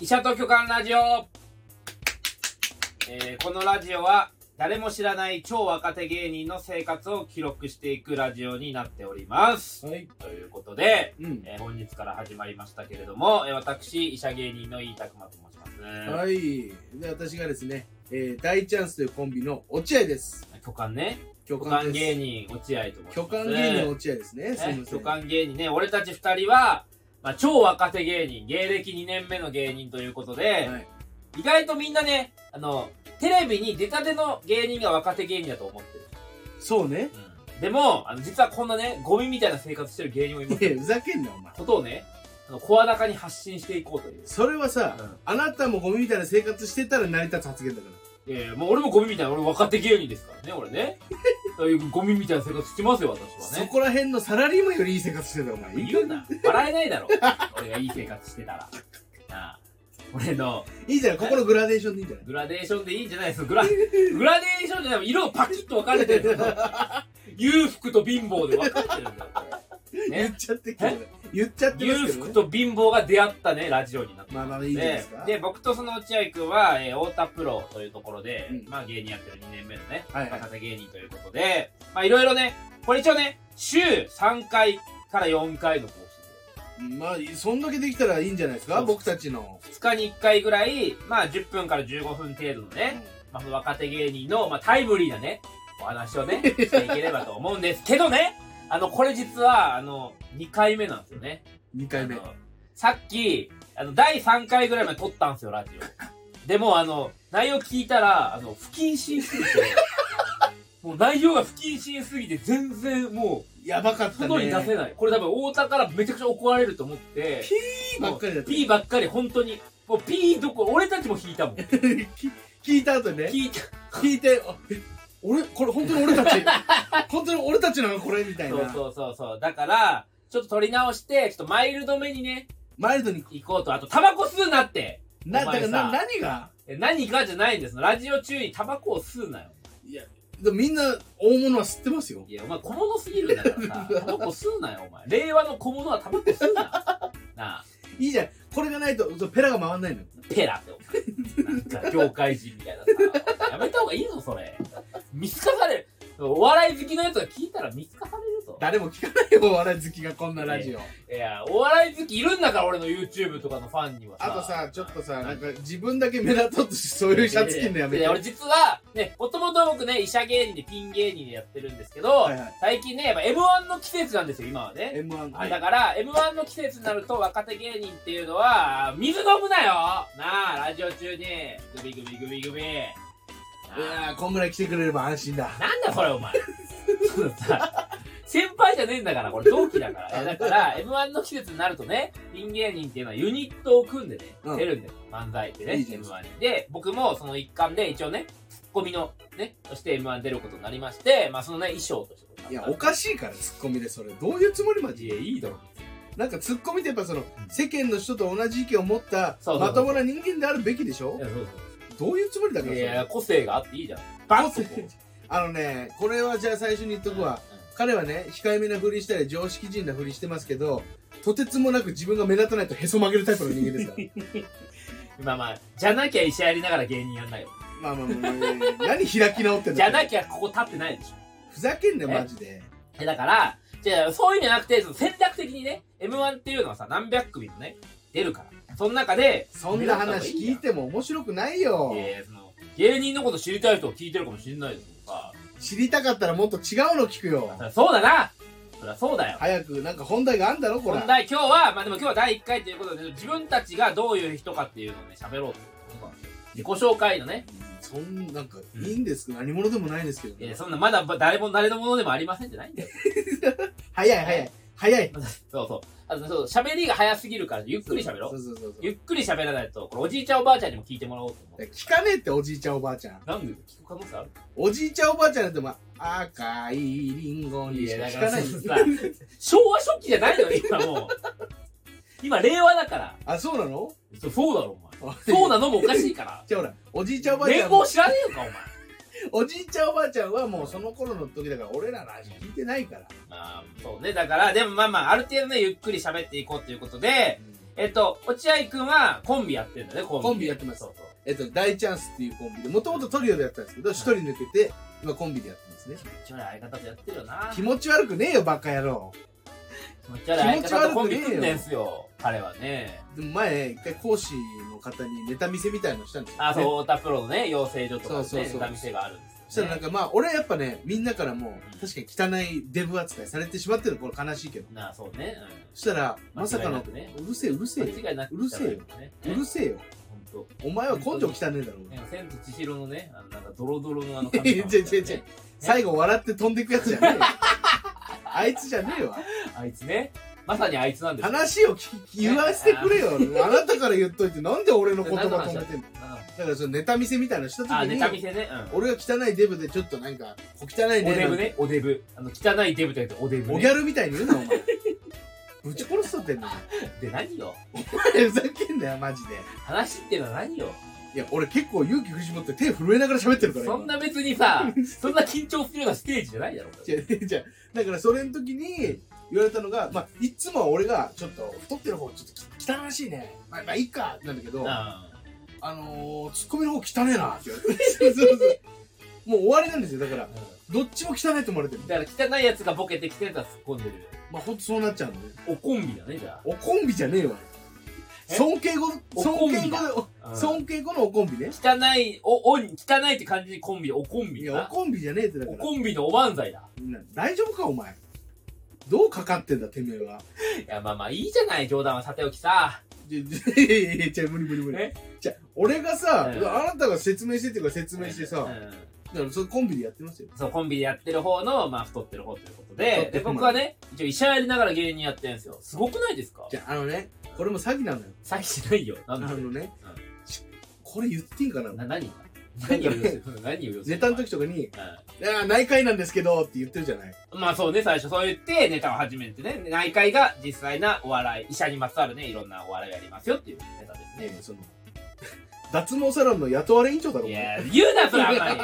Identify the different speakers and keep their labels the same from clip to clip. Speaker 1: 医者と巨漢ラジオ、えーこのラジオは誰も知らない超若手芸人の生活を記録していくラジオになっております
Speaker 2: はい。
Speaker 1: ということで、
Speaker 2: うん。
Speaker 1: えー本日から始まりましたけれども、えー私医者芸人の飯田くまと申します、
Speaker 2: はい。で、私がですね、えー、大チャンスというコンビの落合です。
Speaker 1: 巨漢ね
Speaker 2: 巨
Speaker 1: 巨漢
Speaker 2: 漢
Speaker 1: 芸人
Speaker 2: です。
Speaker 1: 落合と申します
Speaker 2: 巨漢芸人の落合ですね。すい
Speaker 1: ね
Speaker 2: ま、せ
Speaker 1: 巨
Speaker 2: ん。
Speaker 1: 漢芸人ね俺たち2人は、まあ、超若手芸人芸歴2年目の芸人ということで、
Speaker 2: はい。
Speaker 1: 意外とみんなねあのテレビに出たての芸人が若手芸人だと思ってる、
Speaker 2: そうね。
Speaker 1: でもあの実はこんなねゴミみたいな生活してる芸人もいます
Speaker 2: いや、ふざけんな、お前。
Speaker 1: ことをね声高に発信していこうという、
Speaker 2: それはさ、
Speaker 1: うん
Speaker 2: あなたもゴミみたいな生活してたら成り立つ発言だか
Speaker 1: えー、もう俺もゴミみたいな俺若手芸人ですからね俺 ねそういうゴミみたいな生活してますよ
Speaker 2: ら。
Speaker 1: 私は
Speaker 2: そ
Speaker 1: ね
Speaker 2: こら辺のサラリーマンよりいい生活してたお前。いい
Speaker 1: 言うな笑えないだろ俺がいい生活してたらなあ俺の
Speaker 2: いいじゃない。ここのグラデーションでいいんじゃない
Speaker 1: グラデーションでいいんじゃないですかグラグラデーションじゃない色をパキッと分かれてるんです よ裕福と貧乏で分かれてるんだよこれ
Speaker 2: 言
Speaker 1: ね
Speaker 2: っちゃってっけどね言っちゃってま
Speaker 1: 裕
Speaker 2: すけど
Speaker 1: 福
Speaker 2: ね。
Speaker 1: と貧乏が出会ったねラジオになって
Speaker 2: まあまあいい
Speaker 1: で
Speaker 2: じゃないですか。
Speaker 1: で僕とその落合君は、えー、太田プロというところで、
Speaker 2: うん
Speaker 1: まあ芸人やってる2年目のね
Speaker 2: はいはい
Speaker 1: 若手芸人ということでまあいろいろねこれ一応ね週3回から4回の更
Speaker 2: まあ、そんだけできたらいいんじゃないですか
Speaker 1: そうそう
Speaker 2: 僕たちの。
Speaker 1: 新で2日に1回ぐらいまあ10分から15分程度のねまあ、その若手芸人の、まあ、タイムリーなね、お話 をね、していければと思うんですけどね、あの、これ実は、あの、2回目なんですよね。
Speaker 2: 2回目
Speaker 1: あ。のさっき、あの、第3回ぐらいまで撮ったんですよ、ラジオ。 でも、あの、内容聞いたら、あの、不謹慎すぎ て、もう内容が不謹慎すぎて、全然も
Speaker 2: やばかっ
Speaker 1: う、
Speaker 2: たね。
Speaker 1: 外に出せない。これ多分、太田からめちゃくちゃ怒られると思って、
Speaker 2: ピーばっかりだった。
Speaker 1: ピーばっかり、本当に。もう、ピーどこ、俺たちも引いたもん。聞
Speaker 2: き 聞いた後にね。
Speaker 1: いた。
Speaker 2: 聞いて、あえ俺、これ本当に俺たち、 本当に俺たちなのこれみたい
Speaker 1: そう
Speaker 2: な。
Speaker 1: そうそうそう。だから、ちょっと取り直して、ちょっとマイルドめにね、
Speaker 2: マイルドに、
Speaker 1: 行こうと。あと、タバコ吸うなって。
Speaker 2: な、
Speaker 1: お
Speaker 2: だ
Speaker 1: 前
Speaker 2: か
Speaker 1: さ
Speaker 2: らな何が
Speaker 1: え何かじゃないんです。ラジオ中にタバコを吸うなよ。
Speaker 2: いや、でもみんな大物は吸ってますよ。
Speaker 1: いや、お前小物すぎるんだからさ、タバコ吸うなよ、お前。令和の小物はタバコ吸うな。なあ、
Speaker 2: いいじゃん。これがないと、そうペラが回んないのよ。
Speaker 1: ペラってお前。なんか、業界人みたいなさ。やめた方がいいぞ、それ。見透かされる。お笑い好きのやつが聞いたら見透かされるぞ。
Speaker 2: 誰も聞かないよ、お 笑い好きがこんなラジオ。
Speaker 1: いや、お笑い好きいるんだから、俺の YouTube とかのファンには
Speaker 2: あとさ、ちょっとさ、
Speaker 1: 何
Speaker 2: なんか自分だけ目立とうとしてそういうシャツ着んのやめ
Speaker 1: い
Speaker 2: て。
Speaker 1: や俺実は、ね、もともと僕ね、医者芸人でピン芸人でやってるんですけど、
Speaker 2: はいはい。
Speaker 1: 最近ね、やっぱ M1 の季節なんですよ、今はね。
Speaker 2: M1。
Speaker 1: だから M1 の季節になると若手芸人っていうのは、水飲むなよなあ、ラジオ中に。グビグビグビグビ。な
Speaker 2: い
Speaker 1: あ
Speaker 2: やー、小村来てくれれば安心だ。
Speaker 1: なんだそれお 前。そのさ先輩じゃねえんだから、これ同期だから。いやだから、M1 の季節になるとね、ピン芸人っていうのはユニットを組んでね、
Speaker 2: うん
Speaker 1: 出るんだよ。漫才ってね、
Speaker 2: いいじゃん
Speaker 1: M1 に。で、僕もその一環で一応ね、ツッコミのね、として M1 出ることになりまして、まあそのね、衣装として。
Speaker 2: いや、おかしいから、ツッコミでそれ。どういうつもりマ
Speaker 1: い
Speaker 2: ジ
Speaker 1: や、いいだろ。
Speaker 2: なんかツッコミってやっぱその、世間の人と同じ意見を持った、
Speaker 1: そうそうそう
Speaker 2: まともな人間であるべきでし
Speaker 1: い
Speaker 2: ょ
Speaker 1: や、そう
Speaker 2: どういうつもりだ
Speaker 1: そ
Speaker 2: か
Speaker 1: う。
Speaker 2: ら
Speaker 1: い
Speaker 2: それ
Speaker 1: や、個性があっていいじゃん。
Speaker 2: バ
Speaker 1: ッと
Speaker 2: ッ
Speaker 1: こう
Speaker 2: て。 あのね、これはじゃあ最初に言っとくわ。彼はね、控えめなふりしたり、常識人なふりしてますけど、とてつもなく自分が目立たないとへそ曲げるタイプの人間です から。
Speaker 1: うんまあまあ、じゃなきゃ医者やりながら芸人やん ないよ。
Speaker 2: まあまあまあまあ、何開き直ってん
Speaker 1: じゃ
Speaker 2: だ
Speaker 1: なきゃここ立ってないでしょ。
Speaker 2: ふざけんなよ、マジで。
Speaker 1: えだから、じゃあ、そういうんじゃなくて、その選択的にね、M1 っていうのはさ、何百組もね、出るから。その中で、
Speaker 2: そんな話聞いても面白くないよ。
Speaker 1: えー、その、芸人のこと知りたい人を聞いてるかもしれないですとか、
Speaker 2: 知りたかったらもっと違うの聞くよ
Speaker 1: そ。りゃそうだなそりゃそうだよ。
Speaker 2: 早く、なんか本題があんだろ、これ
Speaker 1: 問。題、今日は、まあでも今日は第1回ということで、自分たちがどういう人かっていうのをね、喋ろうということなんですよ。自己紹介のね、
Speaker 2: そんなんか、いいんですか何者でもないですけど
Speaker 1: えー
Speaker 2: ね。
Speaker 1: そんなまだ誰も誰のものでもありませんじゃないんだ よ。
Speaker 2: 早い早い。早い。
Speaker 1: そうそう。あと、そう、喋りが早すぎるから、ゆっくり喋ろ。
Speaker 2: そううそうそうそう。
Speaker 1: ゆっくり喋らないと、これおじいちゃんおばあちゃんにも聞いてもらおうと思って。
Speaker 2: 聞かねえっておじいちゃんおばあちゃん。
Speaker 1: なんで聞く可能性ある
Speaker 2: おじいちゃんおばあちゃんだってまあ赤いリンゴに
Speaker 1: い
Speaker 2: し
Speaker 1: やだか
Speaker 2: か聞からないん
Speaker 1: そ
Speaker 2: で
Speaker 1: の
Speaker 2: す
Speaker 1: さ昭和初期じゃないのよ今もう今令和だから
Speaker 2: あ、そうなの
Speaker 1: そそうだろお
Speaker 2: あ
Speaker 1: 前そうなのもおかしいから
Speaker 2: じゃあほら、おじいちゃんおばあちゃ
Speaker 1: 連
Speaker 2: ん
Speaker 1: 合
Speaker 2: も、
Speaker 1: 知らねえのかお前
Speaker 2: おじいちゃんおばあちゃんはもうその頃の時だから俺らの話聞いてないから。
Speaker 1: まあそうねだからでもまあまあある程度ねゆっくり喋っていこうということでえっと、落合くんはコンビやってんだね、コンビ。
Speaker 2: コンビやってます
Speaker 1: そうそう。
Speaker 2: えっと、大チャンスっていうコンビで、もともとトリオでやってたんですけど、一人抜けて、今コンビでやってますね。
Speaker 1: 気持ち悪い相方とやってるよな。
Speaker 2: 気持ち悪くねえよ、バカ野郎。
Speaker 1: 気持ち悪い相方とコンビ組んでんすよ、彼はね。
Speaker 2: でも前、一回講師の方にネタ見せみたいのしたんですよ、ね。
Speaker 1: あ、そう、太田プロのね、養成所とか
Speaker 2: そう
Speaker 1: ね、
Speaker 2: そうそう
Speaker 1: ネタ見せがあるんですよ、ね。
Speaker 2: そしたらなんかまあ、俺はやっぱね、みんなからも
Speaker 1: うん、
Speaker 2: 確かに汚いデブ扱いされてしまってるの、これ悲しいけど。
Speaker 1: なあ、そうね。
Speaker 2: そしたら、
Speaker 1: 間違い
Speaker 2: まさか
Speaker 1: な
Speaker 2: の、
Speaker 1: くね
Speaker 2: うるせえ、うるせ
Speaker 1: うん。
Speaker 2: えよ。
Speaker 1: 間違いなく
Speaker 2: うるせえよ
Speaker 1: ね。
Speaker 2: うるせえよ。
Speaker 1: ほんと
Speaker 2: お前は根性汚ねえだろ。
Speaker 1: なんか千と千尋のね、あの、なんかドロドロのあの
Speaker 2: いや違う違う違う最後笑って飛んでくやつじゃねえよ。 あいつじゃねえわ。
Speaker 1: あいつね。まさにあいつなんですよ。
Speaker 2: 話を聞き言わせてくれよ。あなたから言っといて、なんで俺の言葉止めてん のだからそのネタ見せみたいなのした時
Speaker 1: あ、ネタ見
Speaker 2: に、
Speaker 1: せね。うん。
Speaker 2: 俺が汚いデブでちょっとなんか、小汚い
Speaker 1: おデブ
Speaker 2: ね。
Speaker 1: ね、おデブ。あの、汚いデブと言っておデブ、ね。
Speaker 2: おギャルみたいに言うな、お前。ぶち殺すとってん のお
Speaker 1: で何よ
Speaker 2: 前ふざけんなよ、マジで。
Speaker 1: 話ってのは何よ
Speaker 2: いや、俺結構勇気振り絞って手震えながら喋ってるから。
Speaker 1: そんな別に さ、そんな緊張するようなステージじゃないだろ。
Speaker 2: 今。違う違う違うだからそれの時に言われたのが、まあ、いつもは俺がちょっと太ってる方、ちょっと汚らしいね。まあ、まあ、いいか、なんだけど、
Speaker 1: あ
Speaker 2: あのー、ツッコミの方汚ねえな、って言われて。 そうそうそう。もう終わりなんですよ、だから。どっちも汚いと思われてる。
Speaker 1: だから汚いやつがボケてきてたら突っ込んでる。
Speaker 2: まあ、ほんとそうなっちゃうのね。
Speaker 1: おコンビだね、じゃ
Speaker 2: おコンビじゃねえわ。
Speaker 1: え
Speaker 2: 尊敬語、
Speaker 1: おコ
Speaker 2: 尊
Speaker 1: ン
Speaker 2: 敬
Speaker 1: ビ
Speaker 2: 語
Speaker 1: だ
Speaker 2: でお、
Speaker 1: あ。うん
Speaker 2: 尊敬語のおコンビね。
Speaker 1: 汚い、お、お、汚いって感じにコンビ、おコン
Speaker 2: い
Speaker 1: ビ
Speaker 2: や、
Speaker 1: だ
Speaker 2: おコンビじゃねえってだ
Speaker 1: な。お
Speaker 2: から。
Speaker 1: コンビのおばんざいだ。
Speaker 2: な大丈夫か、お前。どうかかってんだ、てめえは。
Speaker 1: いや、まあまあいいじゃない、冗談はさておきさ。
Speaker 2: じゃ、じゃ いやいやいや、じゃ無理無理無理
Speaker 1: え。
Speaker 2: じゃ、俺がさ、
Speaker 1: うん
Speaker 2: あなたが説明してっていうから説明してさ、
Speaker 1: う
Speaker 2: だか
Speaker 1: ん
Speaker 2: らそれコンビでやってますよ。
Speaker 1: そう、コンビでやってる方の、まあ太ってる方ということ
Speaker 2: 太っ
Speaker 1: で
Speaker 2: て、
Speaker 1: で、
Speaker 2: る方
Speaker 1: 僕はね、一応医者やりながら芸人やってるんですよ。すごくないですか
Speaker 2: じゃあ、あのね、これも詐欺なのよ。
Speaker 1: 詐欺しないよ。な
Speaker 2: あ
Speaker 1: んで
Speaker 2: のね、しこれ言っていいかな
Speaker 1: な、何何を言う 何を言う
Speaker 2: ネタの時とかに、
Speaker 1: うん
Speaker 2: いやー内科医なんですけどって言ってるじゃない。
Speaker 1: まあそうね、最初そう言ってネタを始めてね、内科医が実際なお笑い、医者にまつわるね、いろんなお笑いをやりますよっていうネタです
Speaker 2: ね
Speaker 1: ね。
Speaker 2: えその、 脱毛サロンの雇われ委員長だろ、
Speaker 1: い
Speaker 2: お前
Speaker 1: やー、言うな、それあん まり。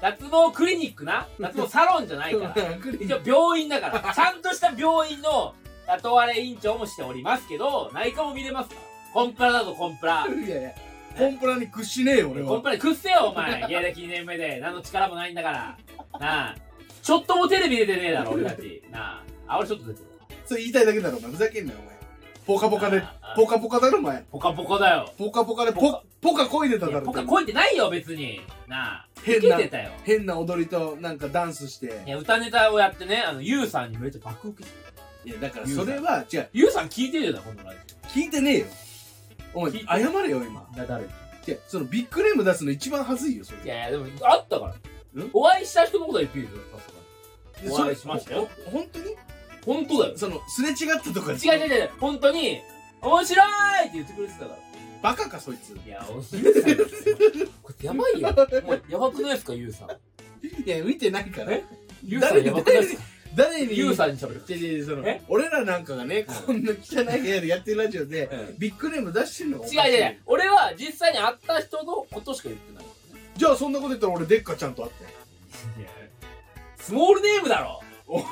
Speaker 1: 脱毛クリニックな脱毛サロンじゃないから。一応病院だから。ちゃんとした病院の雇われ院長もしておりますけど、内科も見れますから。コンプラだぞ、コンプラ。
Speaker 2: いやいや、コンプラに屈しねえよ、俺
Speaker 1: コン
Speaker 2: は。
Speaker 1: プラに屈せよ、お前。芸歴2年目で。何の力もないんだから。なあ。ちょっともテレビ出てねえだろ、俺たち。なあ。あ、俺ちょっと出てるわ。
Speaker 2: それ言いたいだけだろ、お前。ふざけんなよ、お前。ポカポカで
Speaker 1: な、あ。
Speaker 2: ポカポカだろ、お前。
Speaker 1: ポカポカだよ。
Speaker 2: ポカポカで、
Speaker 1: ポ
Speaker 2: ポ
Speaker 1: カ、
Speaker 2: ポカこいでた
Speaker 1: い
Speaker 2: だ
Speaker 1: や
Speaker 2: ろ
Speaker 1: ポ。カ超えてないよ別になあ受
Speaker 2: 変
Speaker 1: け
Speaker 2: な
Speaker 1: て、たよ
Speaker 2: 変な踊りと、なんかダンスして。
Speaker 1: いや歌ネタをやってねあのユウさんにめっちゃ爆受けてる
Speaker 2: いや、だから
Speaker 1: ユーザ
Speaker 2: そ
Speaker 1: ー
Speaker 2: れは、違う、
Speaker 1: ユウさん聞いてるよなこのラジ
Speaker 2: 聞いてねえよ。お
Speaker 1: 聞
Speaker 2: 前
Speaker 1: い、て
Speaker 2: 謝れよ、今。
Speaker 1: オだ誰に
Speaker 2: 違う、そのビッグネーム出すの一番恥ずいよ、そ
Speaker 1: い
Speaker 2: れ。
Speaker 1: やいやでもあったから
Speaker 2: ん
Speaker 1: お会いした人のことは言ってるよさすがに
Speaker 2: で
Speaker 1: お
Speaker 2: そ
Speaker 1: 笑
Speaker 2: れ
Speaker 1: いしましたよ
Speaker 2: ほ本当に
Speaker 1: 本当だよ
Speaker 2: その、すれ違ったとか
Speaker 1: 違う違う違う本当に面白いって言ってくれてたから
Speaker 2: バカか、そいつ。
Speaker 1: いやおユウさんこれやばいよもうやばくないですかユウさん
Speaker 2: いや、見てないから
Speaker 1: え。ユウさんやばくないですか
Speaker 2: 誰に
Speaker 1: ユウさんに喋る
Speaker 2: 違う違うその
Speaker 1: え
Speaker 2: 俺らなんかがねこんな汚い部屋でやってるラジオで
Speaker 1: うん
Speaker 2: ビッグネーム出してんのがおかしい
Speaker 1: 違う違う違う俺は実際に会った人のことしか言ってない
Speaker 2: じゃあそんなこと言ったら俺デッカちゃんと会って
Speaker 1: いやスモールネームだろ
Speaker 2: お
Speaker 1: い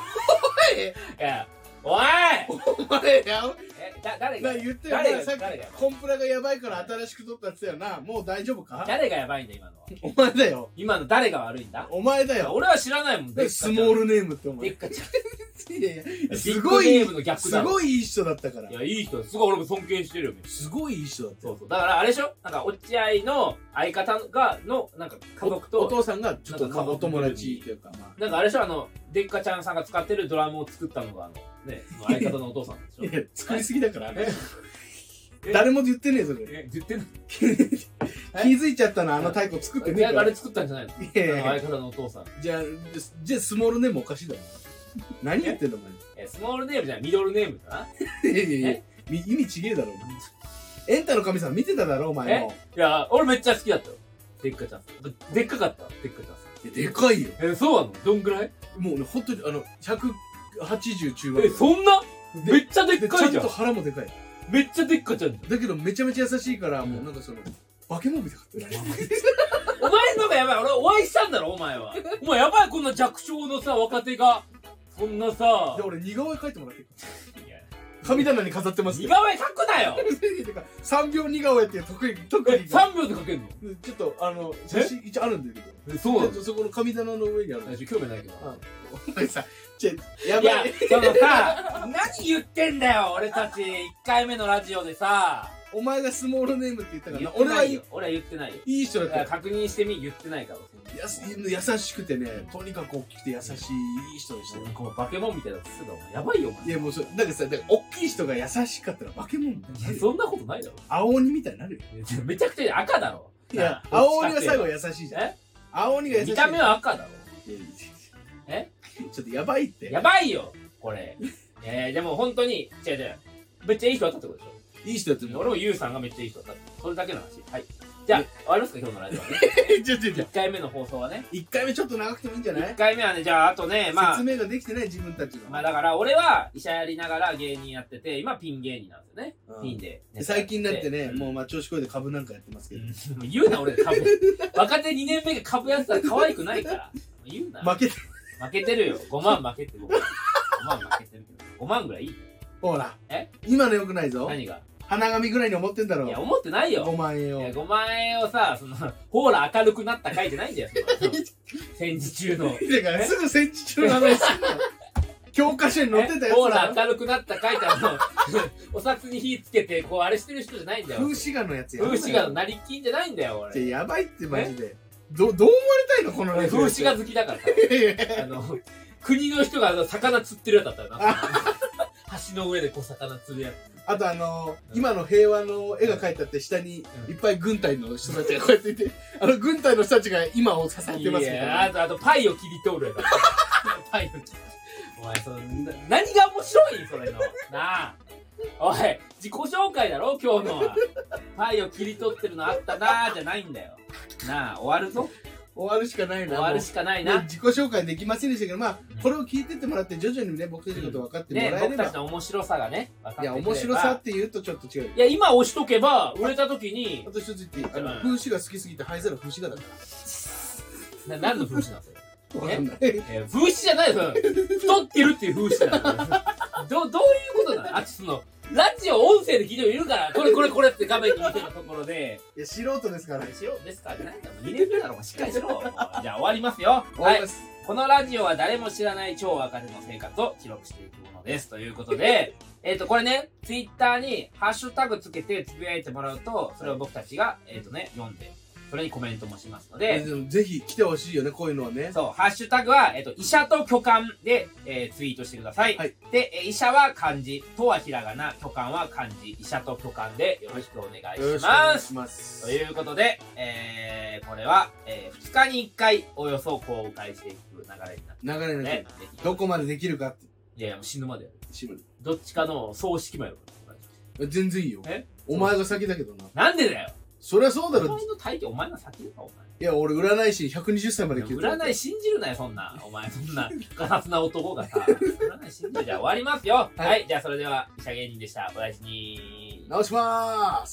Speaker 1: やおい
Speaker 2: お前や
Speaker 1: えだ誰が
Speaker 2: な言って
Speaker 1: 誰
Speaker 2: る
Speaker 1: が
Speaker 2: さっ
Speaker 1: 誰が
Speaker 2: きコンプラがやばいから新しく撮ったって言ってたよなもう大丈夫か
Speaker 1: 誰がやばいんだ今のは
Speaker 2: お前だよ
Speaker 1: 今の誰が悪いんだ
Speaker 2: お前だよ
Speaker 1: 俺は知らないもん
Speaker 2: でスモー
Speaker 1: ル
Speaker 2: ルネームってお
Speaker 1: で
Speaker 2: 前
Speaker 1: っ
Speaker 2: い
Speaker 1: かちゃん
Speaker 2: やいやす
Speaker 1: す
Speaker 2: ご
Speaker 1: ごいネ
Speaker 2: い
Speaker 1: ームの逆
Speaker 2: す
Speaker 1: だろ
Speaker 2: ごいいい人だったから
Speaker 1: いやいい人すごい俺も尊敬してるよめっちゃ
Speaker 2: すごいいい人だった
Speaker 1: そう
Speaker 2: よ
Speaker 1: そうだからあれでしょなんか落合の相方がのなんか家族と
Speaker 2: お父さんがちょっと
Speaker 1: なん
Speaker 2: ま
Speaker 1: か
Speaker 2: あお友達っていうかま
Speaker 1: なんかあれでしょあのでっかちゃんさんが使ってるドラムを作ったのがあのねその相方のお父さん
Speaker 2: あ
Speaker 1: で
Speaker 2: い
Speaker 1: し
Speaker 2: や
Speaker 1: ょ
Speaker 2: 作りすぎだからあれ
Speaker 1: え
Speaker 2: 誰も言ってねえぞこれ
Speaker 1: え言ってんの
Speaker 2: 気づいちゃったな、あの太鼓作ってねえか
Speaker 1: あ
Speaker 2: ら。
Speaker 1: れ作ったんじゃないの
Speaker 2: いやいやいや
Speaker 1: 相方のお父さん
Speaker 2: じゃあ、じゃあスモールネームおかしいだろ。何やってんのお
Speaker 1: えースモールネームじゃないミドルネームだな。
Speaker 2: 前。いやいやいや、み意味ちげえだろ。エンタの神様見てただろ、お前も。
Speaker 1: いや、俺めっちゃ好きだったよ。でっかちゃんさん。でっかかったでっかちゃんさん。
Speaker 2: いやでかいよ。
Speaker 1: えー、そうなのどんぐらい
Speaker 2: もうね、ほんとに、あの、180中盤。
Speaker 1: え、そんな
Speaker 2: で
Speaker 1: めっちゃでっ
Speaker 2: で
Speaker 1: かい
Speaker 2: ち
Speaker 1: じ
Speaker 2: ゃ
Speaker 1: ゃ
Speaker 2: ん
Speaker 1: ん
Speaker 2: と。腹もでかい。
Speaker 1: めっちゃでっかちゃんじ
Speaker 2: だけど、めちゃめちゃ優しいから、
Speaker 1: うん
Speaker 2: もうなんかその、化け物みたかった
Speaker 1: ゃん。 お前のがやばい。俺お会いしたんだろ、お前は。お前やばい、こんな弱小のさ、若手が。そんなさ
Speaker 2: で、。俺似顔絵描いてもらっていい
Speaker 1: いや
Speaker 2: 神棚に飾ってますけ
Speaker 1: 似
Speaker 2: ど。
Speaker 1: 顔絵描くなよ
Speaker 2: 3秒似顔絵っていう得意、特技が。
Speaker 1: !3 秒で描けるの
Speaker 2: ちょっと、あの、写真一応あるんだけど。
Speaker 1: えそうなの
Speaker 2: ちょっとそこの神棚の上にあるんで
Speaker 1: 私
Speaker 2: す
Speaker 1: 興味ないけど。
Speaker 2: お前さ、ちょ、 や
Speaker 1: いや
Speaker 2: ばい。、
Speaker 1: そのさ、何言ってんだよ、俺たち。1回目のラジオでさ。
Speaker 2: お前がスモールネームって言ったか
Speaker 1: 言
Speaker 2: ら
Speaker 1: っ、て
Speaker 2: 俺
Speaker 1: な
Speaker 2: はい
Speaker 1: よ
Speaker 2: い
Speaker 1: 俺は言ってないよ。
Speaker 2: い人だ
Speaker 1: だ
Speaker 2: った
Speaker 1: から
Speaker 2: よ。
Speaker 1: 確認してみ、言ってないから。
Speaker 2: やす優しくてね、とにかく大きくて優しい、いい人でしたよ。
Speaker 1: こうバケモンみたいなやつするのやばいよ、お前
Speaker 2: いやもうそれ、なんかさ、だから大きい人が優しかったら化け物みたいになる
Speaker 1: いや
Speaker 2: よ。
Speaker 1: そんなことないだろ。
Speaker 2: 青鬼みたいになるよ。
Speaker 1: めちゃくちゃ赤だろ。
Speaker 2: いや、
Speaker 1: なあ
Speaker 2: 青鬼は最後優しいじゃん。
Speaker 1: え
Speaker 2: 青鬼が優しい。
Speaker 1: 見た目は赤だろ。え
Speaker 2: えちょっとやばいって。
Speaker 1: やばいよ、これ。えー、でも本当に、違う違う。めっちゃいい人だったってことでしょ。
Speaker 2: いい人だってもう。
Speaker 1: 俺もユウさんがめっちゃいい人だったってそれだけの話はいじゃあ
Speaker 2: ね
Speaker 1: 終わりますか今日のラジオはね
Speaker 2: ちょちょちょ
Speaker 1: 1。回目の放送はね
Speaker 2: 一回目ちょっと長くてもいいんじゃな
Speaker 1: 1
Speaker 2: い
Speaker 1: 回目はねじゃああとねまあ
Speaker 2: 説明ができてない自分たちの。
Speaker 1: まあだから俺は医者やりながら芸人やってて今ピン芸人なんですよね、
Speaker 2: うん
Speaker 1: ピンで
Speaker 2: で最近になってね、
Speaker 1: うん
Speaker 2: もうまあ調子こいて株なんかやってますけど、
Speaker 1: うんもう言うな俺 株若手2年目が株やってたら可愛くないから言うな
Speaker 2: 負けた。
Speaker 1: 負けてるよ5万負けてる5万5万負けてるけど5万ぐらいいい
Speaker 2: ほら
Speaker 1: え。
Speaker 2: 今の良くないぞ。
Speaker 1: 何が
Speaker 2: 花紙ぐらいに思ってんだろ
Speaker 1: いや。思ってないよ
Speaker 2: 5万円
Speaker 1: いや
Speaker 2: を。
Speaker 1: 5万円をさそのほら明るくなった回じゃ ないんだよその戦時中の
Speaker 2: てか、すぐ戦時中の話すん の教科書に載ってたやつ
Speaker 1: ほら
Speaker 2: だろ。
Speaker 1: 明るくなった書いてあるの お札に火つけてこうあれしてる人じゃないんだよ
Speaker 2: 風刺画のやつや。
Speaker 1: 風刺画の。成り金じゃないんだよ
Speaker 2: って
Speaker 1: 俺
Speaker 2: やばいってマジで。ど、どう思われたいのこの
Speaker 1: 俺
Speaker 2: ラジオ
Speaker 1: 風刺画好きだからさあの国の人があの魚釣ってるやつだったよな橋の上でこう魚釣るや
Speaker 2: あとあの
Speaker 1: う
Speaker 2: ー
Speaker 1: ん
Speaker 2: 今の平和の絵が描いてあって下に
Speaker 1: うん
Speaker 2: いっぱい軍隊の人たちがこうやっていて、 あの軍隊の人たちが今を支
Speaker 1: つ
Speaker 2: え
Speaker 1: い
Speaker 2: てますみたい
Speaker 1: やあ
Speaker 2: な。
Speaker 1: とあとパイを切り取るやつ パイを切り取るお前そのな何が面白いそれのなあおい自己紹介だろ今日のはパイを切り取ってるのあったなあじゃないんだよなあ終わるぞ
Speaker 2: 終わるしかないな。
Speaker 1: 終わるしかない
Speaker 2: もう
Speaker 1: な
Speaker 2: ね自己紹介できませんでしたけど、まあ
Speaker 1: うん、
Speaker 2: これを聞いてってもらって、徐々にね、僕たちのこと分かっても
Speaker 1: ね
Speaker 2: らえ
Speaker 1: 僕
Speaker 2: れ
Speaker 1: たち
Speaker 2: ば。
Speaker 1: の面白さがね分かって
Speaker 2: いや、
Speaker 1: くれば
Speaker 2: 面白さって言うとちょっと違う。
Speaker 1: いや今押しとけば売れた時に
Speaker 2: あと一つ言っていいあの
Speaker 1: うん、
Speaker 2: 風刺が好きすぎて灰皿風刺がだか
Speaker 1: な何の風刺なんですか、
Speaker 2: ら。わかんない。
Speaker 1: えー風刺じゃないですよ太ってるっていう風刺なんですよどどういうことなのあそのラジオ音声で聞いてもいるからこれこれこれって画面に見てたところで
Speaker 2: いや、素人ですから。
Speaker 1: しろですからね2年目だろお前しっかりしろもうじゃあ終わりますよ
Speaker 2: 終わ
Speaker 1: は
Speaker 2: り
Speaker 1: い
Speaker 2: ます。
Speaker 1: このラジオは誰も知らない超若手の生活を記録していくものです。ということで、えっ、と、これね、ツイッターにハッシュタグつけてつぶやいてもらうと、それを僕たちが、えっ、とね、読んで、それにコメントもしますので、
Speaker 2: でもぜひ来てほしいよね、こういうのはね。
Speaker 1: そう、ハッシュタグは、えっ、と、医者と巨漢で、えーツイートしてください。
Speaker 2: はい
Speaker 1: で、えー医者は漢字、とはひらがな、巨漢は漢字、医者と巨漢でよろしくお願いします。
Speaker 2: します
Speaker 1: ということで、えー、これは、えー、2日に1回およそ公開していく流れになってま
Speaker 2: 流れの
Speaker 1: すね
Speaker 2: ね、。
Speaker 1: ぜひ
Speaker 2: どこまでできるかって、
Speaker 1: いやいや、もう死ぬまでやる。
Speaker 2: シム
Speaker 1: どっちかの葬式もやる。
Speaker 2: 全然いいよ
Speaker 1: え。
Speaker 2: お前が先だけどな。
Speaker 1: なんでだよ
Speaker 2: そりゃそう
Speaker 1: お
Speaker 2: だ
Speaker 1: 前
Speaker 2: ろ。
Speaker 1: の体験、お前の先だろ、お
Speaker 2: いや、俺占い師120歳まで
Speaker 1: 前。
Speaker 2: 聞い
Speaker 1: 占い信じるなよ、そんな。お前、そんな、ガサツな男がさ。占い信じる。じゃあ終わりますよ。はい、じゃあそれでは、医者芸人でした。お大事に。
Speaker 2: 直しまーす